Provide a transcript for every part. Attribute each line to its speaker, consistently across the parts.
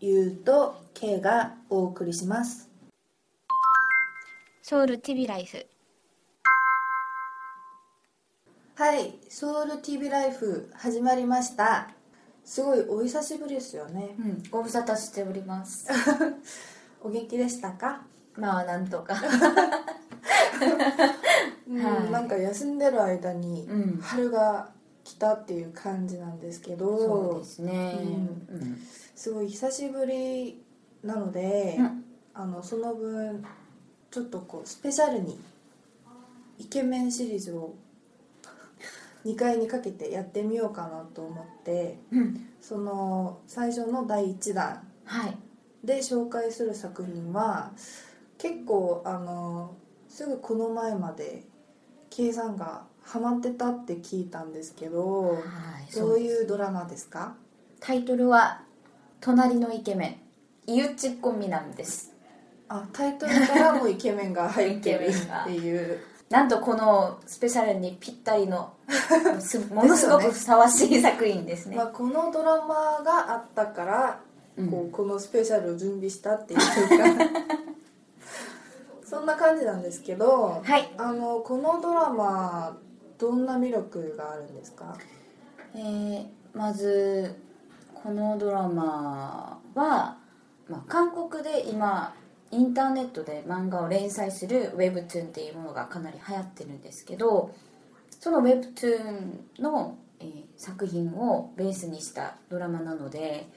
Speaker 1: ゆうと K がお送りします
Speaker 2: ソウル TV ライフ
Speaker 1: はいソウル TV ライフ始まりましたすごいお久しぶりですよ ね
Speaker 3: うん、ご無沙汰しており ます。
Speaker 1: お元気でしたか、
Speaker 3: まあ、なんとか。
Speaker 1: うん
Speaker 3: はい
Speaker 1: なんか休んでる間に
Speaker 3: うん
Speaker 1: 春が来たっていう感じなんですけど、
Speaker 3: そうですね。
Speaker 1: すごい久しぶりなので、
Speaker 3: うん
Speaker 1: あのその分ちょっとこうスペシャルにイケメンシリーズを2回にかけてやってみようかなと思って
Speaker 3: うん。うん
Speaker 1: その最初の第1弾
Speaker 3: はい。
Speaker 1: で紹介する作品は結構あのすぐこの前まで K さんがハマってたって聞いたんですけど
Speaker 3: はい。
Speaker 1: どう
Speaker 3: う。
Speaker 1: いうドラマですか
Speaker 3: タイトルは、隣のイケメン、イウチッコミナムです。
Speaker 1: あタイトルからもイケメンが入ってるっていう
Speaker 3: なんとこのスペシャルにぴったり の、すものすごくふさわしい作品ですね
Speaker 1: まあ、。このドラマがあったから、
Speaker 3: うん
Speaker 1: こうこのスペシャルを準備したっていうか そんな感じなんですけど、
Speaker 3: はい。
Speaker 1: あのこのドラマどんな魅力があるんですか
Speaker 3: えーまずこのドラマは、まあ、韓国で今インターネットで漫画を連載する Webtoon っていうものがかなり流行ってるんですけどその Webtoon の、えー作品をベースにしたドラマなので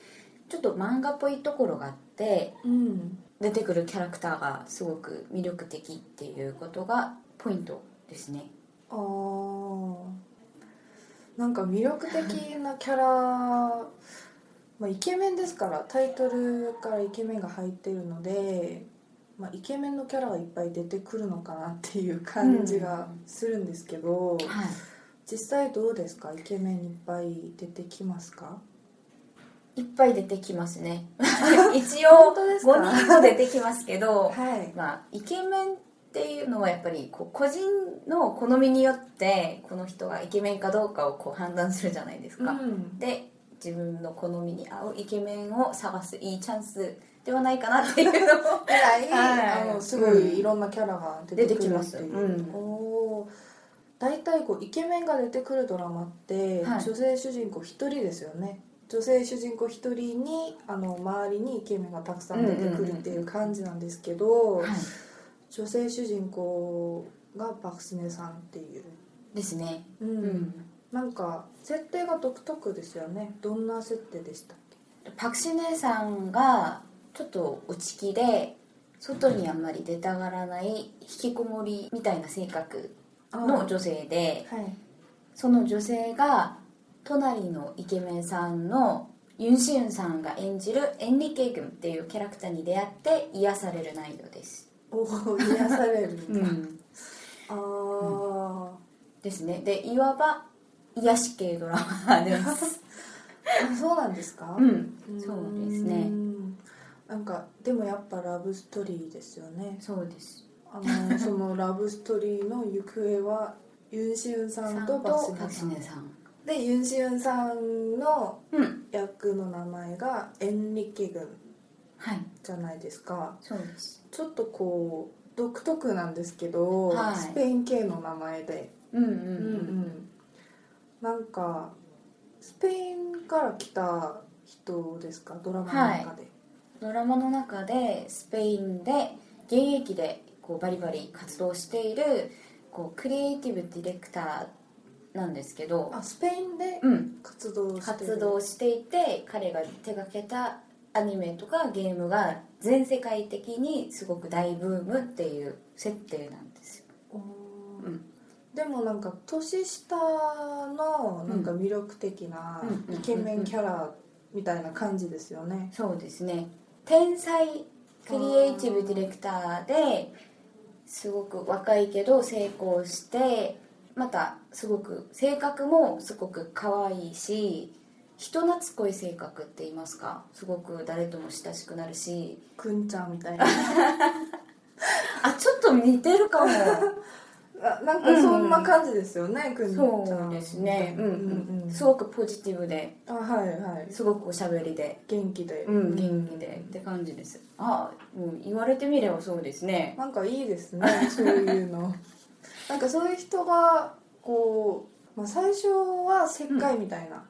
Speaker 3: ちょっと漫画っぽいところがあって
Speaker 1: うん
Speaker 3: 出てくるキャラクターがすごく魅力的っていうことがポイントですね。
Speaker 1: あーなんか魅力的なキャラ、まあ、イケメンですからタイトルからイケメンが入ってるので、まあ、イケメンのキャラがいっぱい出てくるのかなっていう感じがするんですけど、
Speaker 3: はい
Speaker 1: 実際どうですかイケメンいっぱい出てきますか
Speaker 3: いっぱい出てきますね 一
Speaker 1: 本
Speaker 3: 応
Speaker 1: 当ですか
Speaker 3: 5人も出てきますけど、
Speaker 1: はい
Speaker 3: まあ、イケメンっていうのはやっぱりこう個人の好みによってこの人がイケメンかどうかをこう判断するじゃないですか、
Speaker 1: ん、
Speaker 3: で自分の好みに合うイケメンを探すいいチャンスではないかなっていうのを
Speaker 1: ぐらい、
Speaker 3: はい
Speaker 1: あのすごいいろんなキャラが出
Speaker 3: 出
Speaker 1: て
Speaker 3: て
Speaker 1: く
Speaker 3: き
Speaker 1: る
Speaker 3: ま
Speaker 1: って
Speaker 3: す、
Speaker 1: いう、
Speaker 3: うん
Speaker 1: おー大体こうイケメンが出てくるドラマって、
Speaker 3: はい
Speaker 1: 女性主人公一人ですよね女性主人公一人にあの周りにイケメンがたくさん出てくるっていう感じなんですけど、
Speaker 3: はい、
Speaker 1: 女性主人公がバクスネさんっていう、
Speaker 3: ですね、
Speaker 1: う
Speaker 3: うんん、
Speaker 1: なんか設定が独特ですよねどんな設定でしたっけ
Speaker 3: パクシネさんがちょっと内気で外にあんまり出たがらない引きこもりみたいな性格の女性で
Speaker 1: はい
Speaker 3: その女性が隣のイケメンさんのユン・シウンさんが演じるエンリケイ君っていうキャラクターに出会って癒される内容です、
Speaker 1: おー癒される、
Speaker 3: ん、
Speaker 1: あー
Speaker 3: ですねでいわば癒し系ドラマです、
Speaker 1: あそうなんですか、
Speaker 3: うん、そうですね
Speaker 1: うんなんかでもやっぱラブストーリーですよね
Speaker 3: そうです
Speaker 1: あ のそのラブストーリーの行方はユンシウンさんとバス
Speaker 3: パ
Speaker 1: ナ
Speaker 3: クシ
Speaker 1: さん
Speaker 3: ネさん
Speaker 1: でユンシウンさんの
Speaker 3: うん
Speaker 1: 役の名前がエンリケ軍
Speaker 3: はい
Speaker 1: じゃないですか
Speaker 3: そうです
Speaker 1: ちょっとこう独特なんですけど、
Speaker 3: はい
Speaker 1: スペイン系の名前で、
Speaker 3: うんうん
Speaker 1: うんうん、なんかスペインから来た人ですかドラマの中で、
Speaker 3: ドラマの中でスペインで現役でこうバリバリ活動しているこうクリエイティブディレクタなんですけど、
Speaker 1: あスペインで
Speaker 3: うん、
Speaker 1: 活動してる
Speaker 3: 活動していて彼が手がけたアニメとかゲームが全世界的にすごく大ブームっていう設定なんですよ、
Speaker 1: おー
Speaker 3: うん
Speaker 1: でもなんか年下のなんか魅力的な
Speaker 3: うん
Speaker 1: イケメンキャラみたいな感じですよね
Speaker 3: そうですね天才クリエイティブディレクターですごく若いけど成功してまたすごく性格もすごく可愛いし人懐っこい性格って言いますかすごく誰とも親しくなるし
Speaker 1: くんちゃんみたいな
Speaker 3: あちょっと似てるかも
Speaker 1: ななんかそんな感じですよね、くんちゃん
Speaker 3: そうですねうんうん、す
Speaker 1: そう
Speaker 3: ごくポジティブで
Speaker 1: あはいはい
Speaker 3: すごくおしゃべりで、
Speaker 1: 元気で、
Speaker 3: うん、元気でって感じですあうん言われてみればそうですね
Speaker 1: なんかいいですねそういうのなんかそういう人がこう、まあ、最初は石灰みたいな、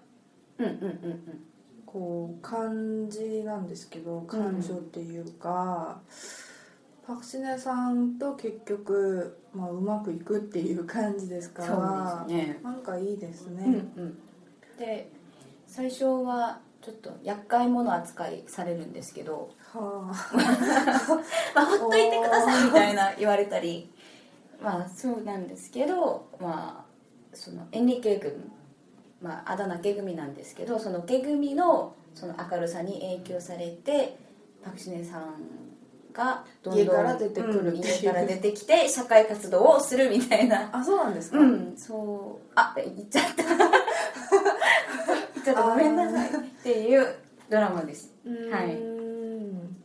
Speaker 3: うんうんうん
Speaker 1: こう感じなんですけど感情っていうか、パクシネさんと結局、まあ、うまくいくっていう感じです
Speaker 3: う
Speaker 1: か
Speaker 3: ん
Speaker 1: ら
Speaker 3: そうですね
Speaker 1: なんかいいですね、
Speaker 3: うんうんで最初はちょっと厄介者扱いされるんですけど
Speaker 1: はあ
Speaker 3: 「まあ、ほっといてください」みたいな言われたりまあそうなんですけどまあそのエンリケ軍まあ、あだ名け組なんですけどそのけ組のその明るさに影響されてパクシネさんがどんどん
Speaker 1: 家から出てくる
Speaker 3: うん家から出てきて社会活動をするみたいな
Speaker 1: あそうなんですか、
Speaker 3: うんそうあ言っちゃった 言っちゃったごめんなさいっていうドラマですはいう
Speaker 1: ーん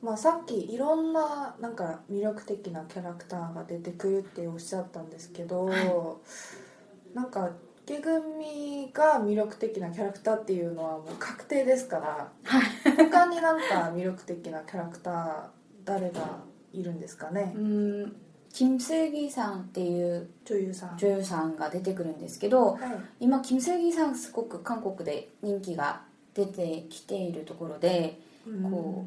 Speaker 1: まあ、さっきいろんななんか魅力的なキャラクターが出てくるっておっしゃったんですけど、なんか毛組が魅力的なキャラクターっていうのはもう確定ですから、他になんか 魅力的なキャラクター誰がいるんですかね
Speaker 3: うん金正義さんっていう
Speaker 1: 女優さん。
Speaker 3: 女優さんが出てくるんですけど
Speaker 1: はい
Speaker 3: 今金正義さんすごく韓国で人気が出てきているところで
Speaker 1: うん
Speaker 3: こ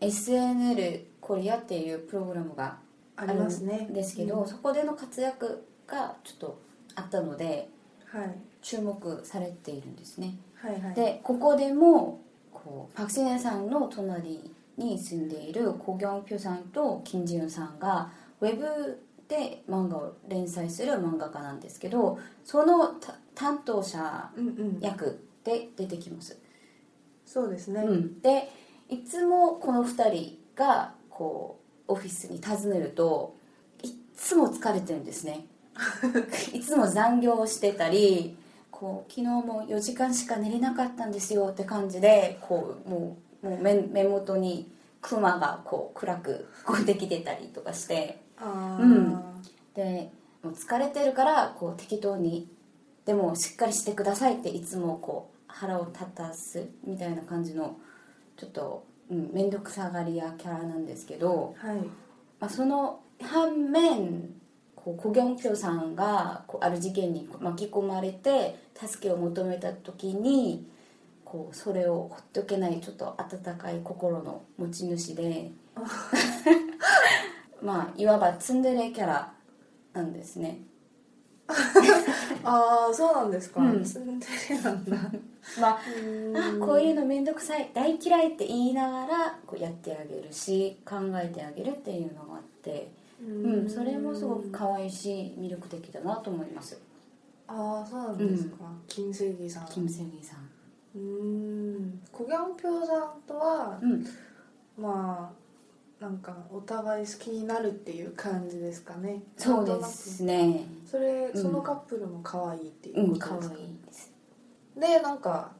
Speaker 3: SNL コリアっていうプログラムが
Speaker 1: ありますね
Speaker 3: あるんですけど、
Speaker 1: うん
Speaker 3: そこでの活躍がちょっとあったので
Speaker 1: はい
Speaker 3: 注目されているんですね
Speaker 1: はいはい
Speaker 3: でここでもこうパク・シネさんの隣に住んでいるコ・ギョンピョさんとキン・ジユンさんがウェブで漫画を連載する漫画家なんですけどそのた担当者
Speaker 1: うんうん
Speaker 3: 役で出てきます、
Speaker 1: そうですね、
Speaker 3: うんでいつもこの2人がこうオフィスに訪ねるといっつも疲れてるんですねいつも残業をしてたりこう昨日も4時間しか寝れなかったんですよって感じでこうもうもう目目元にクマがこう暗くこうできてたりとかして
Speaker 1: ああ、
Speaker 3: うんでもう疲れてるからこう適当にでもしっかりしてくださいっていつもこう腹を立たすみたいな感じのちょっとうん面倒、くさがりやキャラなんですけど、
Speaker 1: はい
Speaker 3: まあ、その反面こうコギョンピョさんがこうある事件に巻き込まれて助けを求めた時にこうそれをほっとけないちょっと温かい心の持ち主で まあいわばツンデレキャラなんですね。
Speaker 1: ああそうなんですか、
Speaker 3: うん
Speaker 1: ツンデレなんだ
Speaker 3: まあ あこういうの面倒くさい大嫌いって言いながらこうやってあげるし考えてあげるっていうのがあって、
Speaker 1: う
Speaker 3: うんそれもすごく可愛いし魅力的だなと思います
Speaker 1: ああそうなんですか、金星義さん
Speaker 3: キム・セギさん、
Speaker 1: うーんコギャンピョウさんとは
Speaker 3: うん、
Speaker 1: まあなんかお互い好きになるっていう感じですかね
Speaker 3: そうですね
Speaker 1: なんとなくそれ
Speaker 3: ん
Speaker 1: そのカップルも可愛いっていううんこと
Speaker 3: 可
Speaker 1: ですか、
Speaker 3: 愛いです
Speaker 1: でなんか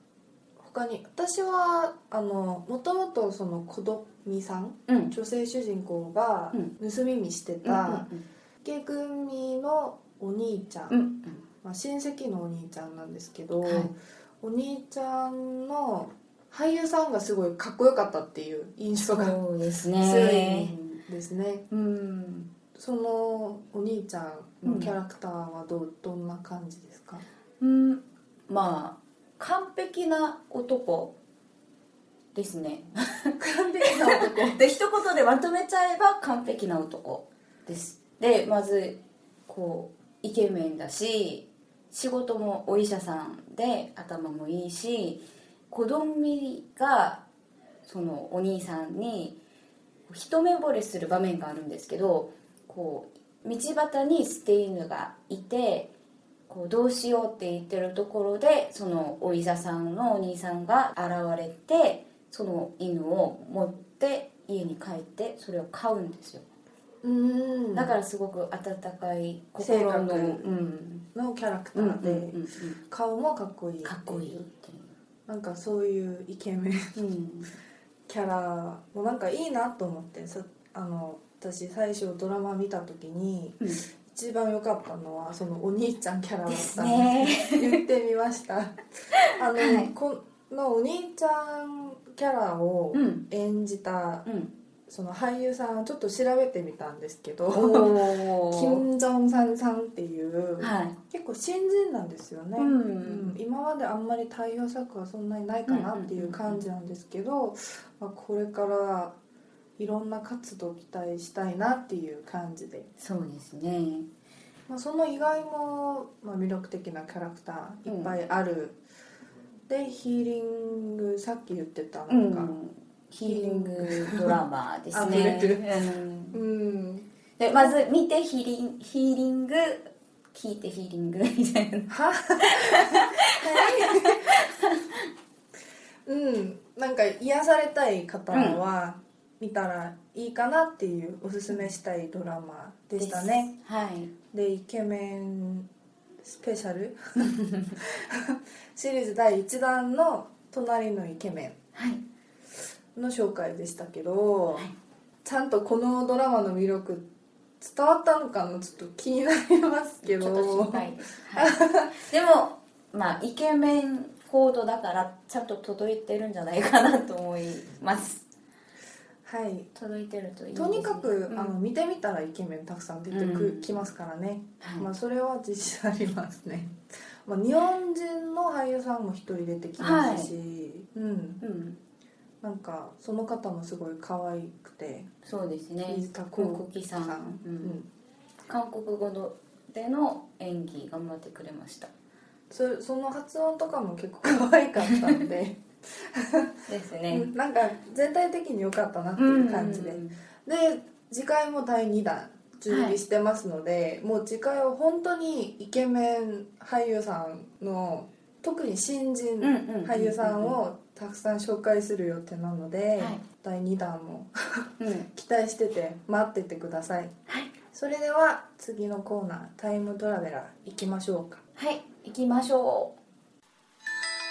Speaker 1: 他に私はあのもともとその子どみさん
Speaker 3: うんうん
Speaker 1: 女性主人公が
Speaker 3: うん
Speaker 1: 盗み見して
Speaker 3: う
Speaker 1: た
Speaker 3: ん
Speaker 1: 池組のお兄ちゃん
Speaker 3: うんうん
Speaker 1: まあ、親戚のお兄ちゃんなんですけど、
Speaker 3: はい
Speaker 1: お兄ちゃんの俳優さんがすごいかっこよかったっていう印象が
Speaker 3: そうです
Speaker 1: 強
Speaker 3: ね
Speaker 1: いんですね
Speaker 3: うん
Speaker 1: そのお兄ちゃんのキャラクターはどうどんな感じですか、
Speaker 3: うん、まあ完璧な男ですね完璧な男 で一言でまとめちゃえば完璧な男ですでまずこうイケメンだし仕事もお医者さんで頭もいいし子供がそのお兄さんに一目惚れする場面があるんですけどこう道端に捨て犬がいてこうどうしようって言ってるところでそのお医者さんのお兄さんが現れてその犬を持って家に帰ってそれを飼うんですよ
Speaker 1: うん
Speaker 3: だからすごく温かい心の、
Speaker 1: 性格
Speaker 3: うん
Speaker 1: のキャラクタ
Speaker 3: うんうん
Speaker 1: ーで、
Speaker 3: うん
Speaker 1: 顔もかっこいい
Speaker 3: かっこいいってい
Speaker 1: なんかそういうイケメン
Speaker 3: う、うん、
Speaker 1: キャラもなんかいいなと思ってさあの私最初ドラマ見た時に、
Speaker 3: うん
Speaker 1: 一番良かったのはそのお兄ちゃんキャラだ
Speaker 3: で
Speaker 1: っ
Speaker 3: す
Speaker 1: たので
Speaker 3: ね
Speaker 1: 言ってみましたあの、
Speaker 3: はい
Speaker 1: このお兄ちゃんキャラを
Speaker 3: うん
Speaker 1: 演じた
Speaker 3: うん
Speaker 1: その俳優さんをちょっと調べてみたんですけ どキ
Speaker 3: おー
Speaker 1: ム・ジョンサンさんっていう、
Speaker 3: はい
Speaker 1: 結構新人なんですよね、
Speaker 3: うん
Speaker 1: うん今まであんまり対応策はそんなにないかなっていう感じなんですけど、まあ、これからいろんな活動を期待したいなっていう感じで、
Speaker 3: そうですね
Speaker 1: まあ、その以外も、まあ、魅力的なキャラクターいっぱいある、でヒーリングさっき言ってた
Speaker 3: う
Speaker 1: なんか
Speaker 3: んヒーリングドラマで
Speaker 1: あ
Speaker 3: すね
Speaker 1: 触れてる
Speaker 3: うん
Speaker 1: うん、
Speaker 3: でまず見てヒーリンヒーリング聞いてヒーリングみたいな
Speaker 1: は うんなんか癒されたい方は見たらいいかなっていうおすすめしたいドラマでしたね
Speaker 3: ですはい
Speaker 1: でイケメンスペシャ ルシリーズ第1弾の「隣のイケメ
Speaker 3: はい
Speaker 1: ン」の紹介でしたけど、
Speaker 3: はい
Speaker 1: ちゃんとこのドラマの魅力伝わったのかなちょっと気になりますけど
Speaker 3: ちょっと心配です、はい、 でもまあイケメンコードだからちゃんと届いてるんじゃないかなと思います
Speaker 1: はい
Speaker 3: 届いてるといいです
Speaker 1: と
Speaker 3: ね
Speaker 1: にかく、
Speaker 3: うん
Speaker 1: あの見てみたらイケメンたくさん出てく、
Speaker 3: うん
Speaker 1: きますからね、
Speaker 3: はい
Speaker 1: まあ、それは実際ありますね、 まあ、日本人の俳優さんも一人出てきますし、うん
Speaker 3: うん
Speaker 1: なんかその方もすごい可愛くて
Speaker 3: そうですね
Speaker 1: 飯田
Speaker 3: コ
Speaker 1: 浩
Speaker 3: キさ
Speaker 1: さ
Speaker 3: ん、
Speaker 1: ん、
Speaker 3: う
Speaker 1: うんん
Speaker 3: 韓国語のでの演技頑張ってくれました
Speaker 1: そその発音とかも結構可愛かった んで、
Speaker 3: です
Speaker 1: う
Speaker 3: ね、
Speaker 1: んなんか全体的に良かったなっていう感じで、で次回も第2弾準備してますので、もう次回は本当にイケメン俳優さんの特に新人
Speaker 3: うんうんうん
Speaker 1: 俳優さんをたくさん紹介する予定なので、
Speaker 3: はい
Speaker 1: 第2弾も
Speaker 3: うんうん
Speaker 1: 期待してて待っててください、それでは次のコーナー「タイムトラベラー」行きましょうか
Speaker 3: はい行きましょ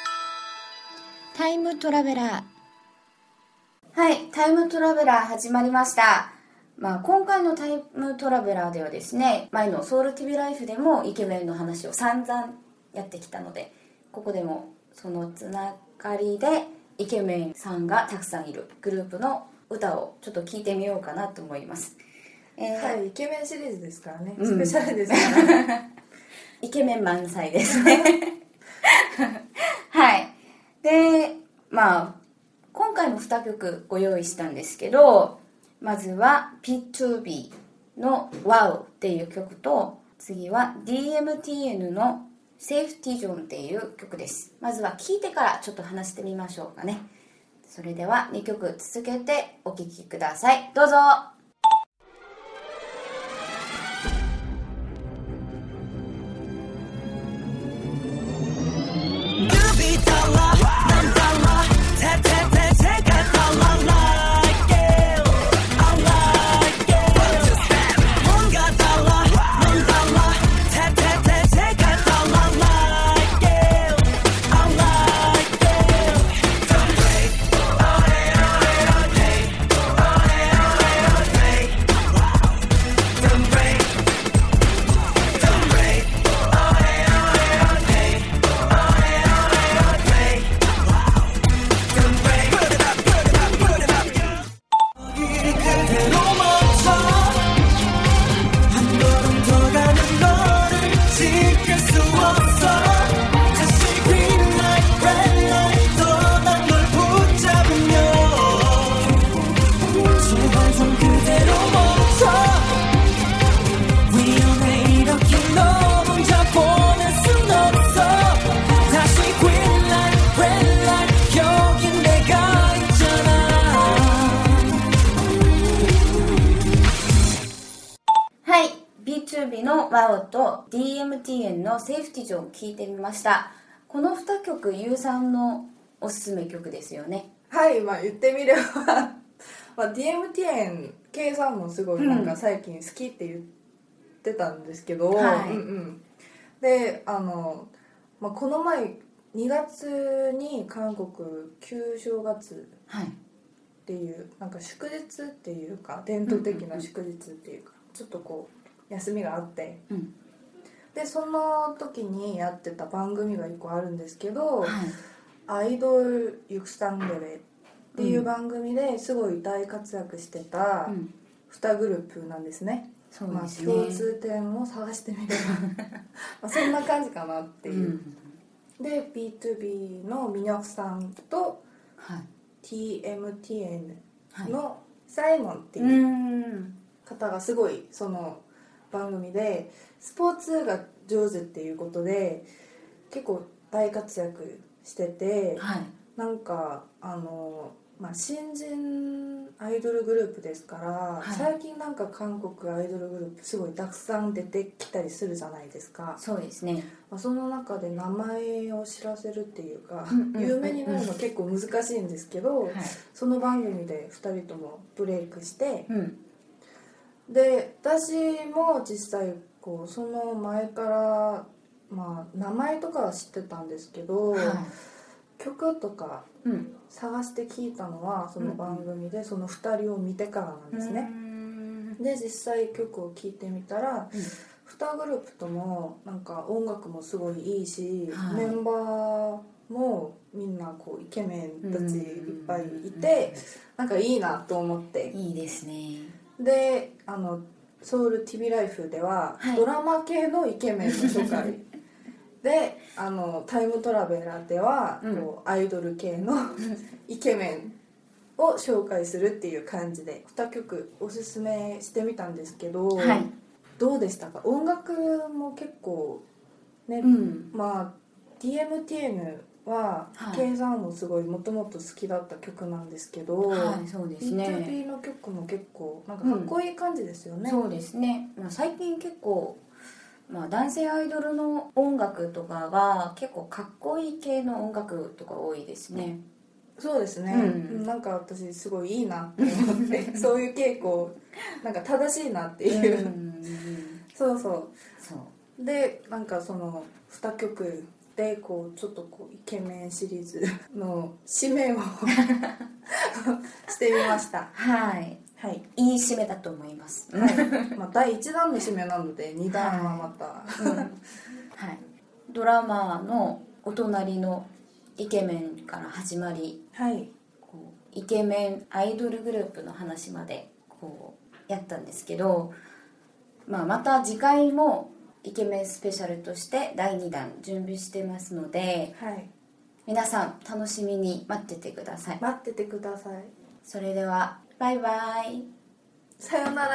Speaker 3: うタイムトラベラーはいタイムトラベラー始まりましたまあ、今回のタイムトラベラーではですね前のソウル TV ライフでもイケメンの話を散々やってきたのでここでもそのつながりでイケメンさんがたくさんいるグループの歌をちょっと聞いてみようかなと思います、えー
Speaker 1: はいイケメンシリーズですからね、
Speaker 3: うん
Speaker 1: スペシャルですから
Speaker 3: イケメン満載 ですね。はい。で、まあ、今回も2曲ご用意したんですけど、まずは P2B の Wow っていう曲と、次は DMTN の Safety Zone っていう曲です。まずは聴いてからちょっと話してみましょうかね。それでは2曲続けてお聴きください。どうぞ
Speaker 2: 「
Speaker 3: ラオと DMTN のセーフティジョンを聴いてみましたこの2曲ゆうさんのおすすめ曲ですよね
Speaker 1: はい、まあ言ってみれば まあ DMTN、K さんもすごいなんか最近好きって言ってたんですけど、
Speaker 3: はい
Speaker 1: うんうん、で、あの、まあ、この前2月に韓国旧正月
Speaker 3: はい
Speaker 1: っていうなんか祝日っていうか伝統的な祝日っていうか、ちょっとこう休みがあって
Speaker 3: うん
Speaker 1: でその時にやってた番組が1個あるんですけど、
Speaker 3: はい
Speaker 1: アイドルユクサンデレっていう
Speaker 3: うん
Speaker 1: 番組ですごい大活躍してた
Speaker 3: うん
Speaker 1: 2グループなんですね、
Speaker 3: そう
Speaker 1: ま
Speaker 3: で
Speaker 1: あ
Speaker 3: すね、
Speaker 1: 共通点を探してみれ ばまあそんな感じかなって
Speaker 3: う
Speaker 1: いう、
Speaker 3: ん
Speaker 1: で B2B のミニョクさんと
Speaker 3: はい
Speaker 1: TMTN
Speaker 3: はい
Speaker 1: のサイモンっていう
Speaker 3: うーん
Speaker 1: 方がすごいその番組でスポーツが上手っていうことで結構大活躍してて
Speaker 3: はい
Speaker 1: なんかあの、まあ、新人アイドルグループですから、
Speaker 3: い
Speaker 1: 最近なんか韓国アイドルグループすごいたくさん出てきたりするじゃないですか、
Speaker 3: そうですね
Speaker 1: まあ、その中で名前を知らせるっていうか、
Speaker 3: うんうんうんうん
Speaker 1: 有名になるの結構難しいんですけど、
Speaker 3: はい
Speaker 1: その番組で2人ともブレイクして
Speaker 3: うん
Speaker 1: で私も実際こうその前から、まあ、名前とかは知ってたんですけど、
Speaker 3: は
Speaker 1: 曲とか
Speaker 3: いうん
Speaker 1: 探して聞いたのはその番組でその2人を見てからなんです
Speaker 3: うー
Speaker 1: ね、
Speaker 3: ん
Speaker 1: で実際曲を聴いてみたら、
Speaker 3: うん
Speaker 1: 2グループともなんか音楽もすごいいいし、
Speaker 3: は
Speaker 1: メ
Speaker 3: い
Speaker 1: ンバーもみんなこうイケメンたちいっぱいいて、なんかいいなと思って
Speaker 3: いいですね
Speaker 1: であのソウル TV ライフでは、
Speaker 3: はい
Speaker 1: ドラマ系のイケメンの紹 介であのタイムトラベラーでは、
Speaker 3: うん
Speaker 1: こうアイドル系 のイケメンを紹介するっていう感じで2曲おすすめしてみたんですけど、
Speaker 3: はい
Speaker 1: どうでしたか音楽も結構ね、
Speaker 3: うん
Speaker 1: まあ DMTN は、
Speaker 3: はい
Speaker 1: 計算もすごいもともと好きだった曲なんですけど、
Speaker 3: はいそうですね
Speaker 1: B2B の曲も結構なんかかっこいい感じですよね、
Speaker 3: そうですね、まあ、最近結構、まあ、男性アイドルの音楽とかが結構かっこいい系の音楽とか多いですね
Speaker 1: そうですね、
Speaker 3: うん
Speaker 1: うんなんか私すごいいいなって思って そういう傾向なんか正しいなっていう、そうそ
Speaker 3: そう
Speaker 1: うでなんかその2曲でこうちょっとこうイケメンシリーズの締めを してみました
Speaker 3: はい
Speaker 1: はい、
Speaker 3: いい締めだと思います、うん
Speaker 1: はい、まあ第1弾の締めなので2弾はまた、
Speaker 3: はい、ドラマのお隣のイケメンから始まり
Speaker 1: はい
Speaker 3: こうイケメンアイドルグループの話までこうやったんですけど、まあ、また次回もイケメンスペシャルとして第2弾準備してますので
Speaker 1: はい
Speaker 3: 皆さん楽しみに待っててください
Speaker 1: 待っててください
Speaker 3: それではバイバイ
Speaker 1: さようなら